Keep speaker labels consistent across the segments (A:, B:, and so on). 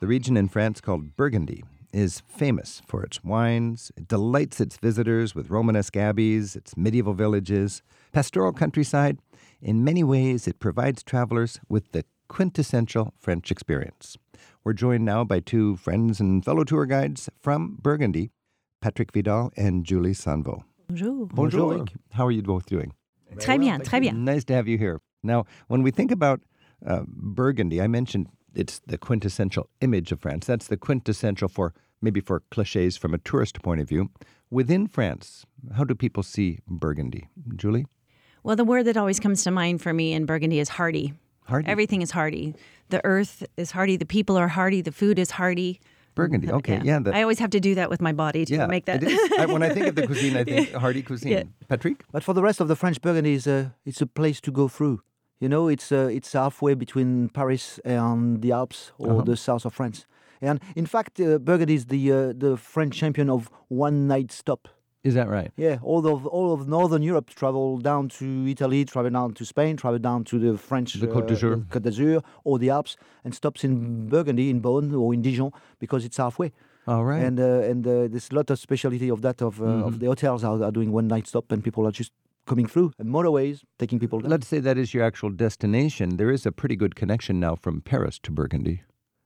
A: The region in France called Burgundy is famous for its wines. It delights its visitors with Romanesque abbeys, its medieval villages, pastoral countryside. In many ways, it provides travelers with the quintessential French experience. We're joined now by two friends and fellow tour guides from Burgundy, Patrick Vidal and Julie Sanvo.
B: Bonjour.
A: Bonjour. How are you both doing?
B: Très bien, très bien.
A: Nice to have you here. Now, when we think about uh, Burgundy, I mentioned it's the quintessential image of France. That's the quintessential for maybe for cliches from a tourist point of view. Within France, how do people see Burgundy? Julie?
B: Well, the word that always comes to mind for me in Burgundy is hardy.
A: Hardy.
B: Everything is hardy. The earth is hardy. The people are hardy. The food is hardy.
A: Burgundy. Okay. Yeah. the-
B: I always have to do that with my body to
A: yeah,
B: make that.
A: it is. I- when I think of the cuisine, I think hearty cuisine. Patrick?
C: But for the rest of the French Burgundy, is a, it's a place to go through. You know, it's uh, it's halfway between Paris and the Alps or
A: Uh-huh.
C: the south of France. And in fact, uh, Burgundy is the uh, the French champion of one night stop.
A: Is that right?
C: Yeah, all of all of Northern Europe travel down to Italy, travel down to Spain, travel down to the French uh,
A: The Côte d'Azur.
C: Côte d'Azur or the Alps, and stops in Burgundy, in Beaune or in Dijon because it's halfway.
A: All right. Mm-hmm.
C: And uh, and uh, there's a lot of speciality of that of uh, of the hotels are, are doing one night stop and people are just coming through and motorways taking people. down.
A: Let's say that is your actual destination. There is a pretty good connection now from Paris to Burgundy.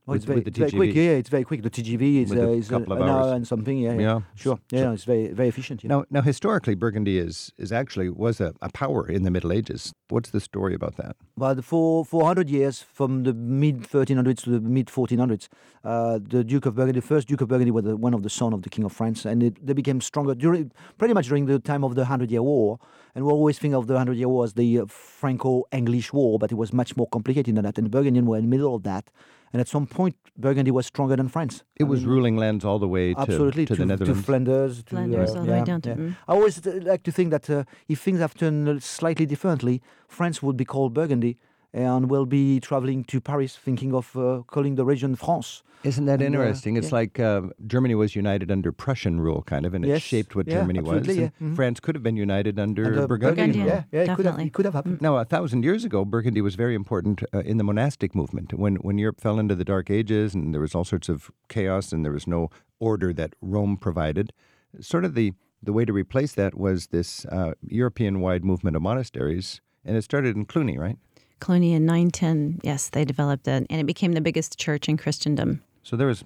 C: Oh,
A: with-
C: it's very,
A: with the
C: it's very quick.
A: TGV.
C: Yeah, it's very quick. The TGV is,
A: With
C: uh,
A: a
C: is uh,
A: couple of
C: an
A: hours.
C: hour and something. Yeah, yeah.
A: Yeah.
C: sure. Yeah, it's very very efficient. Yeah.
A: Now, now historically, Burgundy is, is actually was a, a power in the Middle Ages. What's the story about that?
C: But for 400 years, from the mid 1300s to the mid 1400s, uh, the Duke of Burgundy, the first Duke of Burgundy, was the, one of the son of the King of France, and it, they became stronger during pretty much during the time of the Hundred Year War. And we always think of the Hundred Year War as the uh, Franco-English War, but it was much more complicated than that. And the Burgundians were in the middle of that. And at some point, Burgundy was stronger than France.
A: It was ruling lands all the way to,
C: Absolutely,
A: Um, to the Netherlands.
C: Flanders, to, uh,
B: Flanders, all the way down to- mm.
C: I always uh, like to think that uh, if things have turned uh, slightly differently, France would be called Burgundy, and will be traveling to Paris, thinking of uh, calling the region France.
A: Isn't that
C: And, uh,
A: interesting? it's
C: yeah.
A: like uh, Germany was united under Prussian rule, kind of, and it
C: Yes.
A: shaped what
C: Yeah,
A: Germany was.
C: absolutely,
A: and
C: yeah. Mhm.
A: France could have been united Mm-hmm. under
C: And, uh,
A: Burgundian Mm.
B: Burgundian,
A: rule.
C: yeah, yeah, it could have,
B: definitely.
C: it could have happened.
A: Now, a thousand years ago, Burgundy was very important uh, in the monastic movement. When when Europe fell into the Dark Ages and there was all sorts of chaos and there was no order that Rome provided, sort of the the way to replace that was this uh, European wide movement of monasteries, and it started in Cluny, right?
B: Colonia 910, yes, they developed that, and it became the biggest church in Christendom.
A: So there was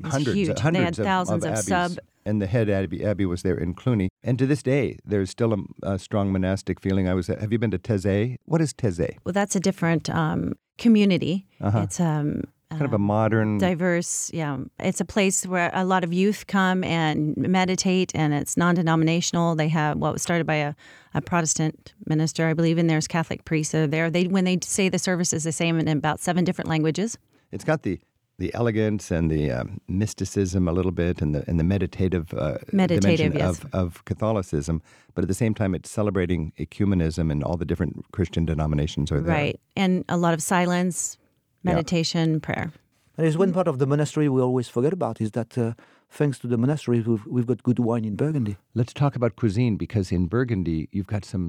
B: was
A: hundreds, uh,
B: huge. They had
A: hundreds of-
B: thousands
A: of,
B: of
A: abbeys,
B: sub-
A: and the head abbey, abbey was there in Cluny. And to this day, there's still a, a strong monastic feeling. I was. At, have you been to Teze? What is Teze?
B: Well, that's a different um, community.
A: Uh-huh.
B: It's um,
A: Kind of a modern.
B: diverse. Yeah, it's a place where a lot of youth come and meditate, and it's non-denominational. They have what was started by a, a Protestant minister, I believe, and there's Catholic priests that are there. They when they say the services, they say them in about seven different languages.
A: it's got the the elegance and the um, mysticism a little bit, and the and the meditative uh,
B: Meditative,
A: dimension
B: yes.
A: of, of Catholicism. But at the same time, it's celebrating ecumenism and all the different Christian denominations are there.
B: Right, and a lot of silence,
A: Yeah.
B: meditation, prayer.
C: And there's one part of the monastery we always forget about is that uh, thanks to the monastery, we've, we've got good wine in Burgundy.
A: Let's talk about cuisine because in Burgundy, you've got some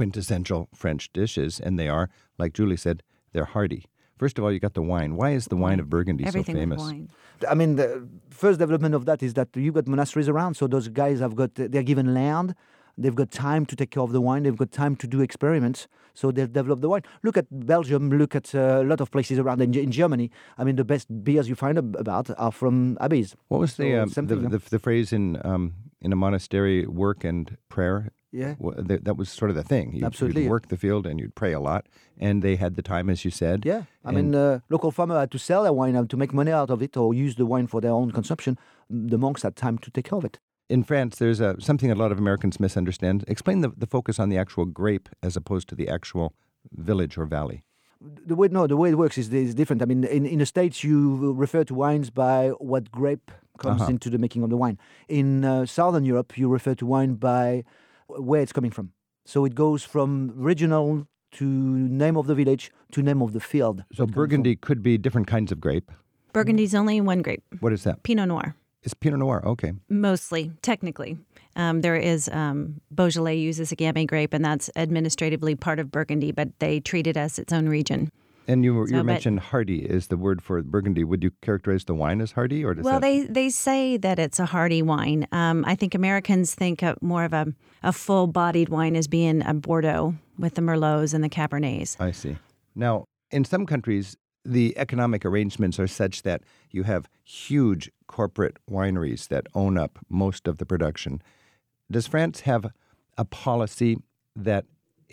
A: quintessential French dishes, and they are, like Julie said, they're hearty. First of all, you got the wine. Why is the wine of Burgundy
B: Everything
A: so famous?
B: with wine.
C: I mean, the first development of that is that you've got monasteries around, so those guys have got they're given land, they've got time to take care of the wine, they've got time to do experiments, so they've developed the wine. Look at Belgium, look at uh, a lot of places around in, in Germany. I mean, the best beers you find ab- about are from abbeys.
A: What was the,
C: So
A: um, the,
C: something, yeah.
A: the the phrase in um, in a monastery? Work and prayer.
C: Yeah.
A: Wha- th- that was sort of the thing. You'd,
C: Absolutely,
A: You'd
C: yeah.
A: work the field and you'd pray a lot, and they had the time, as you said.
C: Yeah, I
A: and-
C: mean, uh, local farmer had to sell their wine and to make money out of it, or use the wine for their own consumption. The monks had time to take care of it.
A: in France, there's a, something a lot of Americans misunderstand. Explain the, the focus on the actual grape as opposed to the actual village or valley.
C: The way no, the way it works is, is different. I mean, in, in the states, you refer to wines by what grape comes
A: Uh-huh.
C: into the making of the wine. In uh, southern Europe, you refer to wine by where it's coming from. So it goes from regional to name of the village to name of the field.
A: So
C: it comes from.
A: Burgundy could be different kinds of grape.
B: Burgundy's only one grape,
A: What is that?
B: Pinot Noir.
A: It's Pinot Noir. Okay.
B: Mostly, technically. Um, there is um, Beaujolais uses a Gamay grape, and that's administratively part of Burgundy, but they treat it as its own region.
A: And you, were- you
B: So, but-
A: mentioned hardy is the word for Burgundy. Would you characterize the wine as hardy, or does
B: Well,
A: that,
B: they, they say that it's a hearty wine. Um, I think Americans think of more of a, a full bodied wine as being a Bordeaux with the Merlots and the Cabernets.
A: I see. Now, in some countries, the economic arrangements are such that you have huge corporate wineries that own up most of the production. Does France have a policy that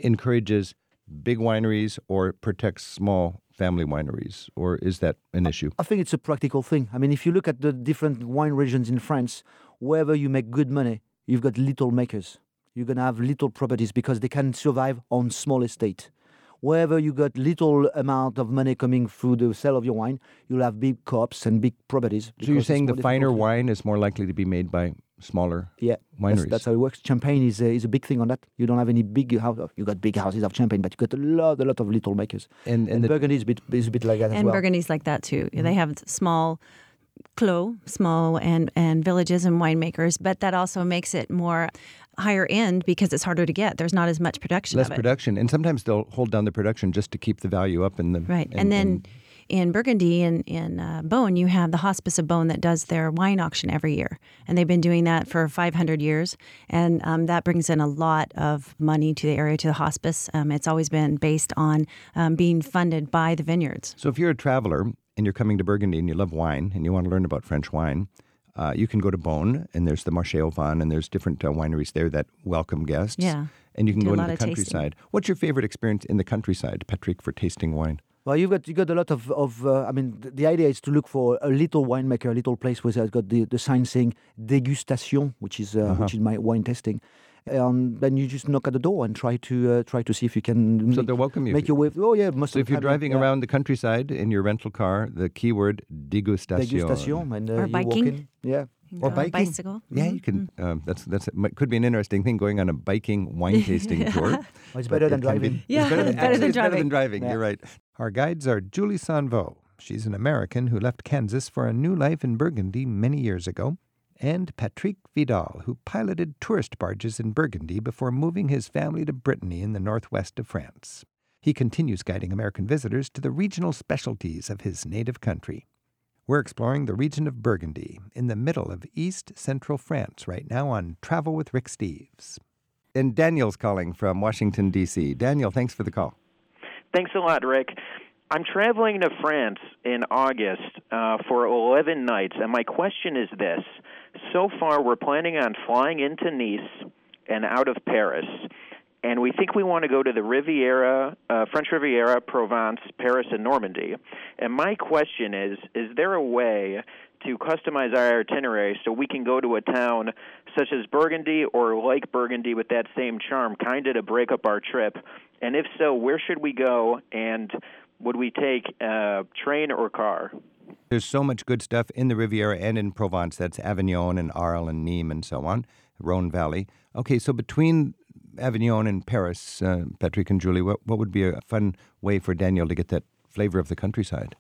A: encourages big wineries or protects small family wineries, or is that an issue?
C: I think it's a practical thing. I mean, if you look at the different wine regions in France, wherever you make good money, you've got little makers. You're going to have little properties because they can survive on small estate. Wherever you got little amount of money coming through the sale of your wine, you'll have big co-ops and big properties.
A: So you're
C: because it's
A: saying
C: more
A: the finer
C: difficult.
A: wine is more likely to be made by smaller
C: Yeah, that's,
A: wineries.
C: that's how it works. Champagne is a, is a big thing on that. You don't have any big house. You got big houses of champagne, but you got a lot, a lot of little makers.
A: and and,
C: And,
A: the,
C: Burgundy is a bit, is a bit like that as
B: And
C: well.
B: Burgundy's like that too. They have small clos, small and, and villages and winemakers, but that also makes it more higher end because it's harder to get. There's not as much production
A: less
B: of it.
A: production, and sometimes they'll hold down the production just to keep the value up in the
B: Right. And, then in Burgundy and in uh, Beaune, you have the Hospice of Beaune that does their wine auction every year. And they've been doing that for 500 years. And um, that brings in a lot of money to the area, to the hospice. Um, it's always been based on um, being funded by the vineyards.
A: So if you're a traveler and you're coming to Burgundy and you love wine and you want to learn about French wine, uh, you can go to Beaune and there's the Marché aux Vins and there's different uh, wineries there that welcome guests.
B: Yeah.
A: And you can
B: Do
A: go
B: a
A: into
B: lot
A: the
B: of tasting.
A: countryside. What's your favorite experience in the countryside, Patrick, for tasting wine?
C: Well, you've got you got a lot of of. Uh, I mean, th- the idea is to look for a little winemaker, a little place where it's got the, the sign saying degustation, which is uh,
A: Uh-huh.
C: which is my wine tasting. Um, then you just knock at the door and try to uh, try to see if you can
A: So
C: make,
A: they'll welcome you.
C: make your way. Oh yeah, most
A: so
C: of
A: if
C: the
A: you're
C: time,
A: driving
C: yeah,
A: around the countryside in your rental car, the keyword degustation.
C: degustation and uh,
B: Or
C: you walk
B: biking.
C: in. Yeah,
A: Or
B: Go on a
A: biking.
B: Bicycle.
A: Yeah, you can.
B: Mm.
A: Um, that's that's it might- could be an interesting thing going on a biking wine tasting tour.
C: Well, it's
A: but
C: better
A: it
C: than
A: can be-
C: driving.
A: it's
B: Yeah,
A: better than,
B: it's better
A: actually,
B: than
A: it's better than
B: driving.
A: driving.
C: Yeah.
A: You're right.
D: Our guides are Julie Sanvo. She's an American who left Kansas for a new life in Burgundy many years ago, and Patrick Vidal, who piloted tourist barges in Burgundy before moving his family to Brittany in the northwest of France. He continues guiding American visitors to the regional specialties of his native country. We're exploring the region of Burgundy in the middle of east central France right now on Travel with Rick Steves.
A: And Daniel's calling from Washington D.C. Daniel, thanks for the call.
E: Thanks a lot, Rick. I'm traveling to France in August uh, for 11 nights, and my question is this. So far, we're planning on flying into Nice and out of Paris, and we think we want to go to the Riviera, uh, French Riviera, Provence, Paris, and Normandy. And my question is is there a way to customize our itinerary so we can go to a town such as Burgundy or like Burgundy with that same charm, kind of to break up our trip? And if so, where should we go? And would we take uh, train or car?
A: There's so much good stuff in the Riviera and in Provence. That's Avignon and Arles and Nîmes and so on, Rhone Valley. Okay, so between Avignon and Paris, uh, Patrick and Julie, what, what would be a fun way for Daniel to get that flavor of the countryside?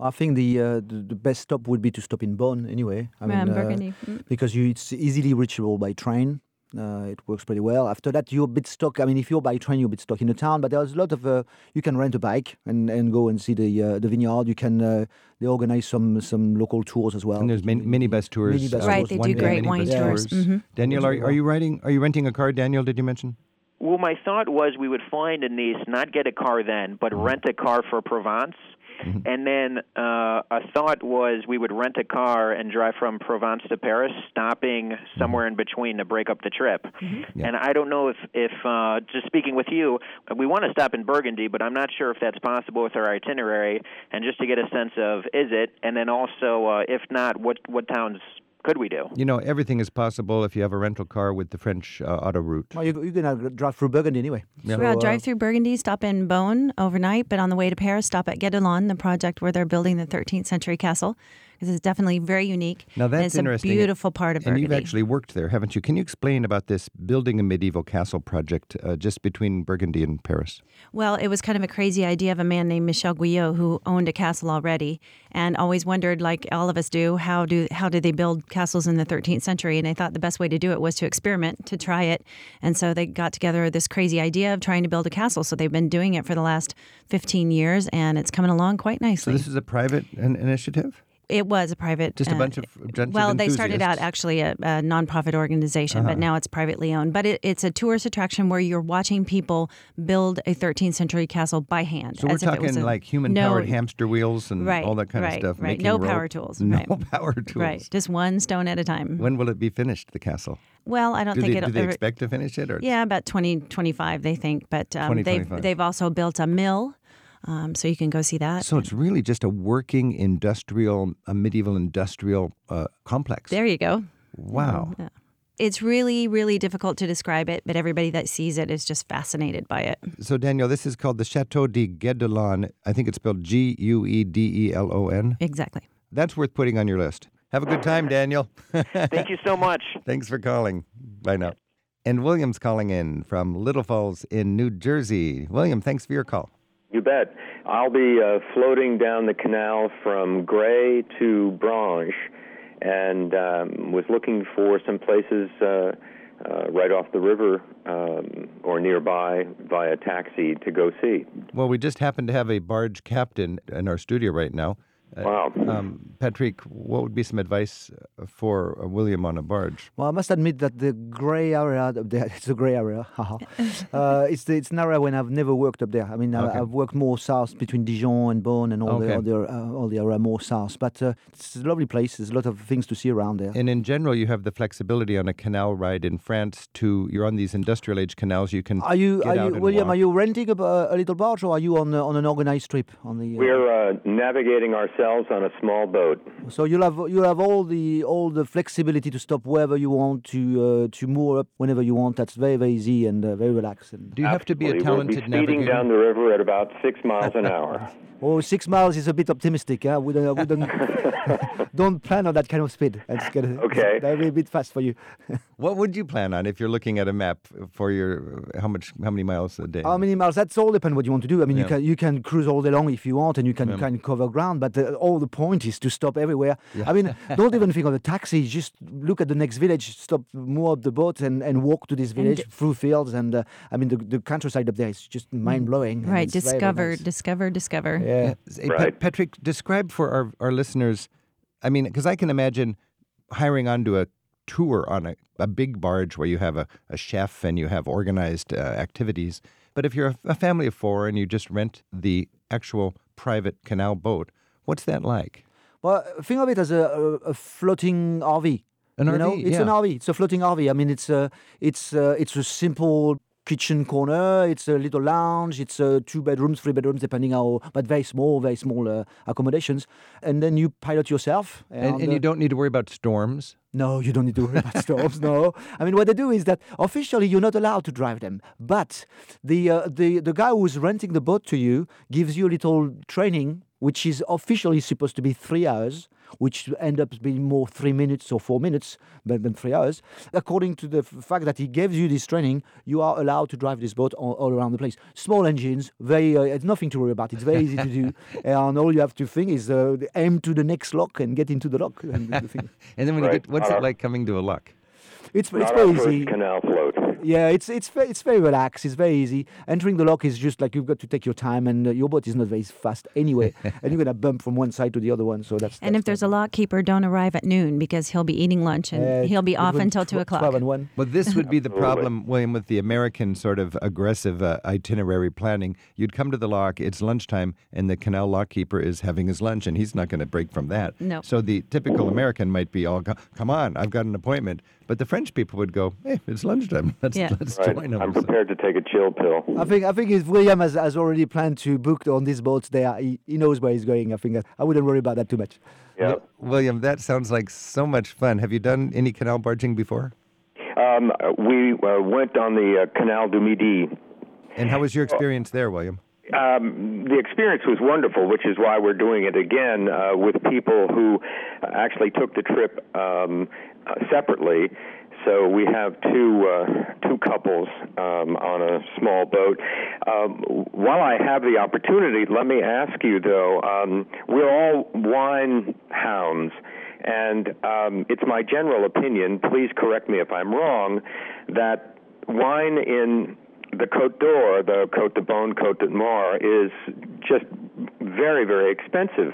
C: I think the, uh, the the best stop would be to stop in Bonn anyway. I
B: Yeah,
C: mean, uh,
B: Burgundy. Mm.
C: because you, it's easily reachable by train. Uh, it works pretty well. After that, you're a bit stuck. I mean, if you're by train, you're a bit stuck in the town. But there's a lot of uh, you can rent a bike and, and go and see the uh, the vineyard. You can uh, they organize some some local tours as well.
A: And there's min- minibus tours.
C: Minibus
A: uh,
C: Right,
A: with
C: they
A: one
C: do
A: day
C: great
A: minibus
C: wine Mm-hmm.
B: tours. Mhm.
A: Daniel, are, are you riding? Are you renting a car? Daniel, did you mention?
E: Well, my thought was we would fly into Nice, not get a car then, but rent a car for Provence. And then uh, a thought was we would rent a car and drive from Provence to Paris, stopping somewhere in between to break up the trip.
A: Yeah.
E: And I don't know if, if uh, just speaking with you, we want to stop in Burgundy, but I'm not sure if that's possible with our itinerary. And just to get a sense of is it, and then also uh, if not, what what towns could we do?
A: You know, everything is possible if you have a rental car with the French uh, auto route.
C: Well, you're, you're gonna drive through Burgundy anyway.
B: So, uh, drive through Burgundy, stop in Beaune overnight, but on the way to Paris, stop at Guédelon, the project where they're building the 13th century castle. because it's definitely very unique.
A: Now that's
B: and it's
A: interesting.
B: a beautiful part of
A: And
B: Burgundy.
A: you've actually worked there, haven't you? Can you explain about this building a medieval castle project uh, just between Burgundy and Paris?
B: Well, it was kind of a crazy idea of a man named Michel Guyot who owned a castle already and always wondered, like all of us do, how do how did they build castles in the 13th century? And they thought the best way to do it was to experiment, to try it. And so they got together this crazy idea of trying to build a castle. So they've been doing it for the last 15 years, and it's coming along quite
A: So
B: nicely.
A: this is a private in- initiative.
B: It was a private. uh,
A: Just a bunch of- a bunch of
B: well, they started
A: enthusiasts.
B: out
A: Uh-huh.
B: actually a, a nonprofit organization, but now it's privately owned. But it, it's a tourist attraction where you're watching people build a 13th century castle by hand.
A: So we're
B: as if it was
A: talking
B: a-
A: like human-powered
B: no,
A: hamster wheels and
B: Right,
A: all that kind of
B: right,
A: stuff.
B: right.
A: making
B: No
A: rope.
B: power tools,
A: No
B: right.
A: power tools.
B: Right, just one stone at a time.
A: When will it be finished? The castle.
B: well, I don't
A: Do
B: think
A: they,
B: it'll
A: do they
B: ever-
A: expect to finish it? Or
B: Yeah, about 2025 they think, but um,
A: 2025.
B: they've they've also built a mill, um, so you can go see that.
A: So it's really just a working industrial, a medieval industrial uh, complex.
B: there you go.
A: Wow.
B: It's really, really difficult to describe it, but everybody that sees it is just fascinated by it.
A: So Daniel, this is called the Chateau de Guedelon. I think it's spelled G U E D E L O N.
B: Exactly.
A: That's worth putting on your list. Have a good time, Daniel.
E: Thank you so much.
A: Thanks for calling. Bye now. And William's calling in from Little Falls in New Jersey. William, thanks for your call.
F: You bet. I'll be uh, floating down the canal from Gray to Branche, and um, was looking for some places uh, uh, right off the river um, or nearby via taxi to go see.
A: Well, we just happen to have a barge captain in our studio right now.
F: Wow.
A: Um, Patrick, what would be some advice uh, for uh, William on a barge?
C: Well, I must admit that the grey area, up there, it's a grey area, haha. uh, it's, the, it's an area when I've never worked up there. I mean, I, I've worked more south between Dijon and Beaune and all,
A: Okay.
C: the, other uh, all the area more south. But uh, it's a lovely place. There's a lot of things to see around there.
A: And in general, you have the flexibility on a canal ride in France to you're on these industrial age canals. You can
C: Are you,
A: get
C: are
A: out
C: you
A: and
C: William,
A: walk.
C: are you renting a, b- uh, a little barge or are you on, uh, on an organized trip? On the, uh,
F: We're uh, navigating ourselves on a small boat.
C: So you'll have you'll have all the all the flexibility to stop wherever you want to uh, to moor up whenever you want. That's very very easy and uh, very relaxed. And
A: Do you have to be a talented
F: we'll be speeding
A: navigator?
F: down the river at about six miles an hour.
C: oh, six miles is a bit optimistic. Huh? We don't, we don't, don't plan on that kind of speed. That's gonna,
F: Okay.
C: That'll be a bit fast for you.
A: What would you plan on if you're looking at a map for your how much how many miles a day?
C: How many miles? That's all depend what you want to do. I mean,
A: Yeah.
C: you can you can cruise all day long if you want, and you can can cover ground. But uh, all the point is to stop everywhere. I mean, don't even think of a taxi. Just look at the next village. Stop, moor up the boat, and, and walk to this village through fields. And uh, I mean, the, the countryside up there is just mind blowing.
B: Right. Discover, discover, discover.
C: Yeah.
A: Hey, Uh, eh, Pat-
F: Mm-hmm. Right.
A: Patrick, describe for our, our listeners. I mean, because I can imagine hiring onto a tour on a, a big barge where you have a, a chef and you have organized uh, activities. But if you're a, a family of four and you just rent the actual private canal boat, what's that like?
C: Well, think of it as a, a, a floating RV.
A: An
C: you know?
A: RV,
C: It's an
A: yeah.
C: RV. It's a floating RV. I mean, it's a it's a, it's a simple kitchen corner. It's a little lounge. It's uh, two bedrooms, three bedrooms, depending how, but very small, very small uh, accommodations. And then you pilot yourself.
A: And, and
C: uh,
A: you don't need to worry about storms.
C: no, you don't need to worry about storms. No, I mean what they do is that officially you're not allowed to drive them, but the uh, the the guy who's renting the boat to you gives you a little training, which is officially supposed to be three hours, which end up being more three minutes or four minutes than, than three hours. According to the f- fact that he gives you this training, you are allowed to drive this boat all, all around the place. Small engines, very uh, it's nothing to worry about. It's very easy to do, and all you have to think is uh, aim to the next lock and get into the lock. And the thing.
A: And then when you
F: Right.
A: get, what's it
F: Uh,
A: like coming to a luck?
C: It's it's
F: Not
C: very
F: our first
C: easy.
F: canal float.
C: Yeah, it's it's ve- it's very relaxed. It's very easy. Entering the lock is just like you've got to take your time, and uh, your boat is not very fast anyway, and you're gonna bump from one side to the other one. So that's.
B: And if
C: that's
B: there's a lock keeper, don't arrive at noon because he'll be eating lunch and
C: not- uh,
B: he'll be off
C: between
B: until
C: tw-
B: two o'clock.
C: Twelve and one.
A: Well, this would be the problem, William, with the American sort of aggressive uh, itinerary planning. You'd come to the lock, it's lunchtime, and the canal lockkeeper is having his lunch, and he's not going to break from that.
B: No.
A: So the typical American might be all, "Co- come on, I've got an appointment. But the French people would go, hey, it's lunchtime. Let's,
B: Yeah.
A: let's
F: Right.
A: join them.
F: I'm prepared to take a chill pill.
C: I think I think if William has, has already planned to book on this boat there, he, he knows where he's going. I think that, I wouldn't worry about that too much.
F: Yeah.
A: William, that sounds like so much fun. Have you done any canal barging before?
F: Um, uh, we uh, went on the uh, Canal du Midi.
A: And how was your experience there, William?
F: um, the experience was wonderful, which is why we're doing it again uh, with people who actually took the trip um, uh, separately. So we have two uh, two couples um, on a small boat. Um, while I have the opportunity, let me ask you though. Um, we're all wine hounds, and um, it's my general opinion. Please correct me if I'm wrong. That wine in the Côte d'Or, the Côte de Beaune, Côte de Mar, is just very, very expensive,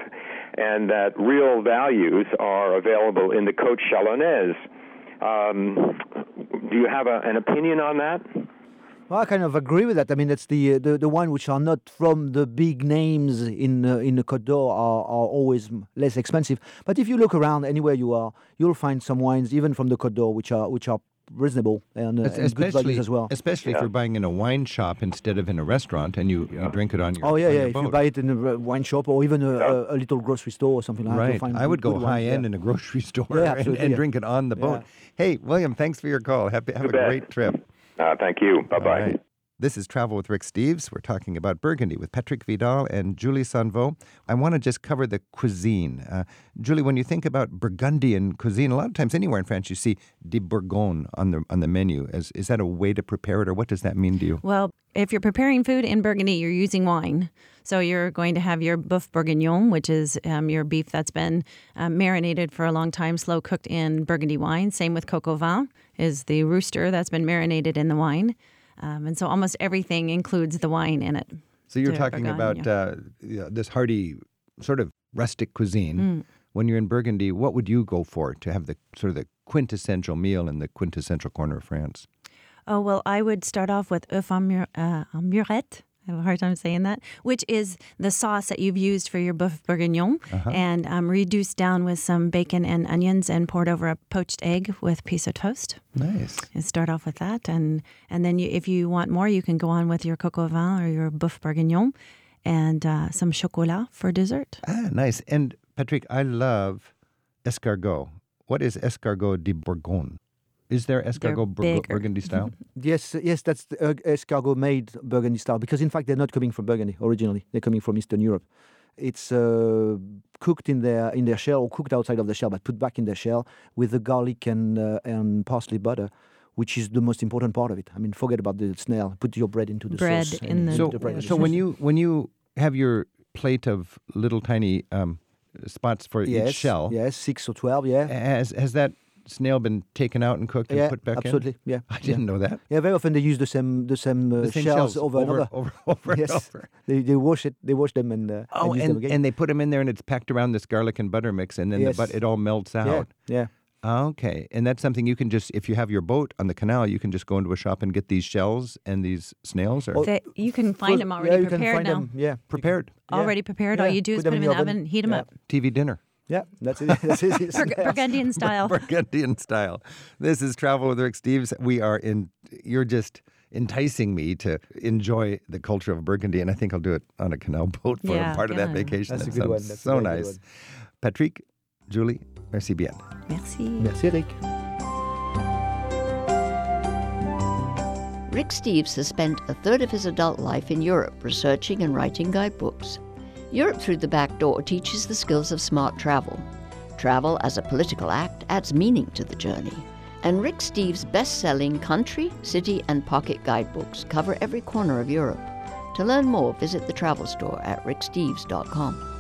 F: and that real values are available in the Côte Chalonnaise. Um, do you have a, an opinion on that?
C: Well, I kind of agree with that. I mean, that's the uh, the, the wine which are not from the big names in uh, in the Côte d'Or are, are always less expensive. But if you look around anywhere you are, you'll find some wines even from the Côte d'Or which are which are reasonable and, uh, and good values as well.
A: Especially if you're buying in a wine shop instead of in a restaurant, and you, you drink it on your
C: Oh yeah,
A: on
C: yeah.
A: your
C: If you
A: boat.
C: buy it in a uh, wine shop or even a, a, a little grocery store or something like that, you'll
A: Right.
C: find
A: I would
C: good
A: go
C: ones,
A: high
C: yeah.
A: end in a grocery store
C: Yeah,
A: and,
C: absolutely,
A: and
C: yeah.
A: drink it on the boat. Hey, William, thanks for your call. Have, have a
F: bet.
A: great trip.
F: Uh, thank you. Bye bye.
A: All right. This is Travel with Rick Steves. We're talking about Burgundy with Patrick Vidal and Julie Sanvo. I want to just cover the cuisine. Uh, Julie, when you think about Burgundian cuisine, a lot of times anywhere in France you see de Bourgogne on the on the menu. Is, is that a way to prepare it, or what does that mean to you?
B: Well, if you're preparing food in Burgundy, you're using wine. So you're going to have your boeuf bourguignon, which is um, your beef that's been um, marinated for a long time, slow cooked in Burgundy wine. Same with coq au vin, is the rooster that's been marinated in the wine. Um, and so almost everything includes the wine in it.
A: So you're
B: to
A: talking
B: Bourgogne,
A: about
B: yeah.
A: uh, you know, this hearty, sort of rustic cuisine. When you're in Burgundy, what would you go for to have the sort of the quintessential meal in the quintessential corner of France?
B: Oh, well, I would start off with œuf en, mur- uh, en murette. I have a hard time saying that, which is the sauce that you've used for your boeuf bourguignon
C: Uh-huh.
B: and um, reduced down with some bacon and onions and poured over a poached egg with a piece of toast.
A: Nice.
B: You start off with that. And, and then you, if you want more, you can go on with your coq au vin or your boeuf bourguignon and uh, some chocolat for dessert.
A: Ah, nice. And Patrick, I love escargot. What is escargot de Bourgogne? Is there escargot Burg-
B: bigger.
A: Burgundy style?
C: Yes, yes, that's the uh, escargot made Burgundy style because in fact they're not coming from Burgundy originally. They're coming from Eastern Europe. It's uh, cooked in their in their shell or cooked outside of the shell, but put back in the shell with the garlic and uh, and parsley butter, which is the most important part of it. I mean, forget about the snail. Put your bread into the
B: Bread
C: sauce.
B: in the-
A: so,
C: the bread in the
A: so when
C: sauce.
A: you when you have your plate of little tiny um, spots for
C: yes,
A: each shell,
C: yes, six or twelve, yeah,
A: has has that snail been taken out and cooked
C: yeah,
A: and put back
C: absolutely,
A: in?
C: yeah.
A: I didn't know that.
C: Yeah, very often they use the same the same, uh,
A: The same
C: shells,
A: shells
C: over, and
A: over-
C: over,
A: over- over and
C: yes.
A: over.
C: They, they wash it, they wash them and uh,
A: Oh,
C: use them
A: and,
C: again.
A: and they put them in there, and it's packed around this garlic and butter mix, and then
C: Yes.
A: the but it all melts out.
C: yeah, yeah.
A: Okay, and that's something you can just if you have your boat on the canal, you can just go into a shop and get these shells and these snails are
B: They, you can find
C: Well,
B: them
C: yeah,
B: already
C: you can
B: prepared
C: find
B: now.
C: Them, yeah,
A: prepared
C: Yeah.
B: Already prepared. All
C: Yeah.
B: you do is put
C: Put them
B: them in the oven, and heat them
C: Yeah.
B: up.
A: TV dinner.
C: Yeah, that's it. That's it. It's-
B: Burg- Burgundian style.
A: Burgundian style. This is Travel with Rick Steves. We are in. You're just enticing me to enjoy the culture of Burgundy, and I think I'll do it on a canal boat for
B: Yeah,
A: a part of that
B: yeah.
A: vacation.
C: That's a
A: That
C: good one.
A: sounds
C: That's a
A: so
C: very good
A: nice. Patrick, Julie, merci bien.
B: Merci.
C: Merci, Eric.
G: Rick Steves has spent a third of his adult life in Europe researching and writing guidebooks. Europe Through the Back Door teaches the skills of smart travel. Travel as a political act adds meaning to the journey. And Rick Steves' best selling country, city, and pocket guidebooks cover every corner of Europe. To learn more, visit the travel store at ricksteves.com.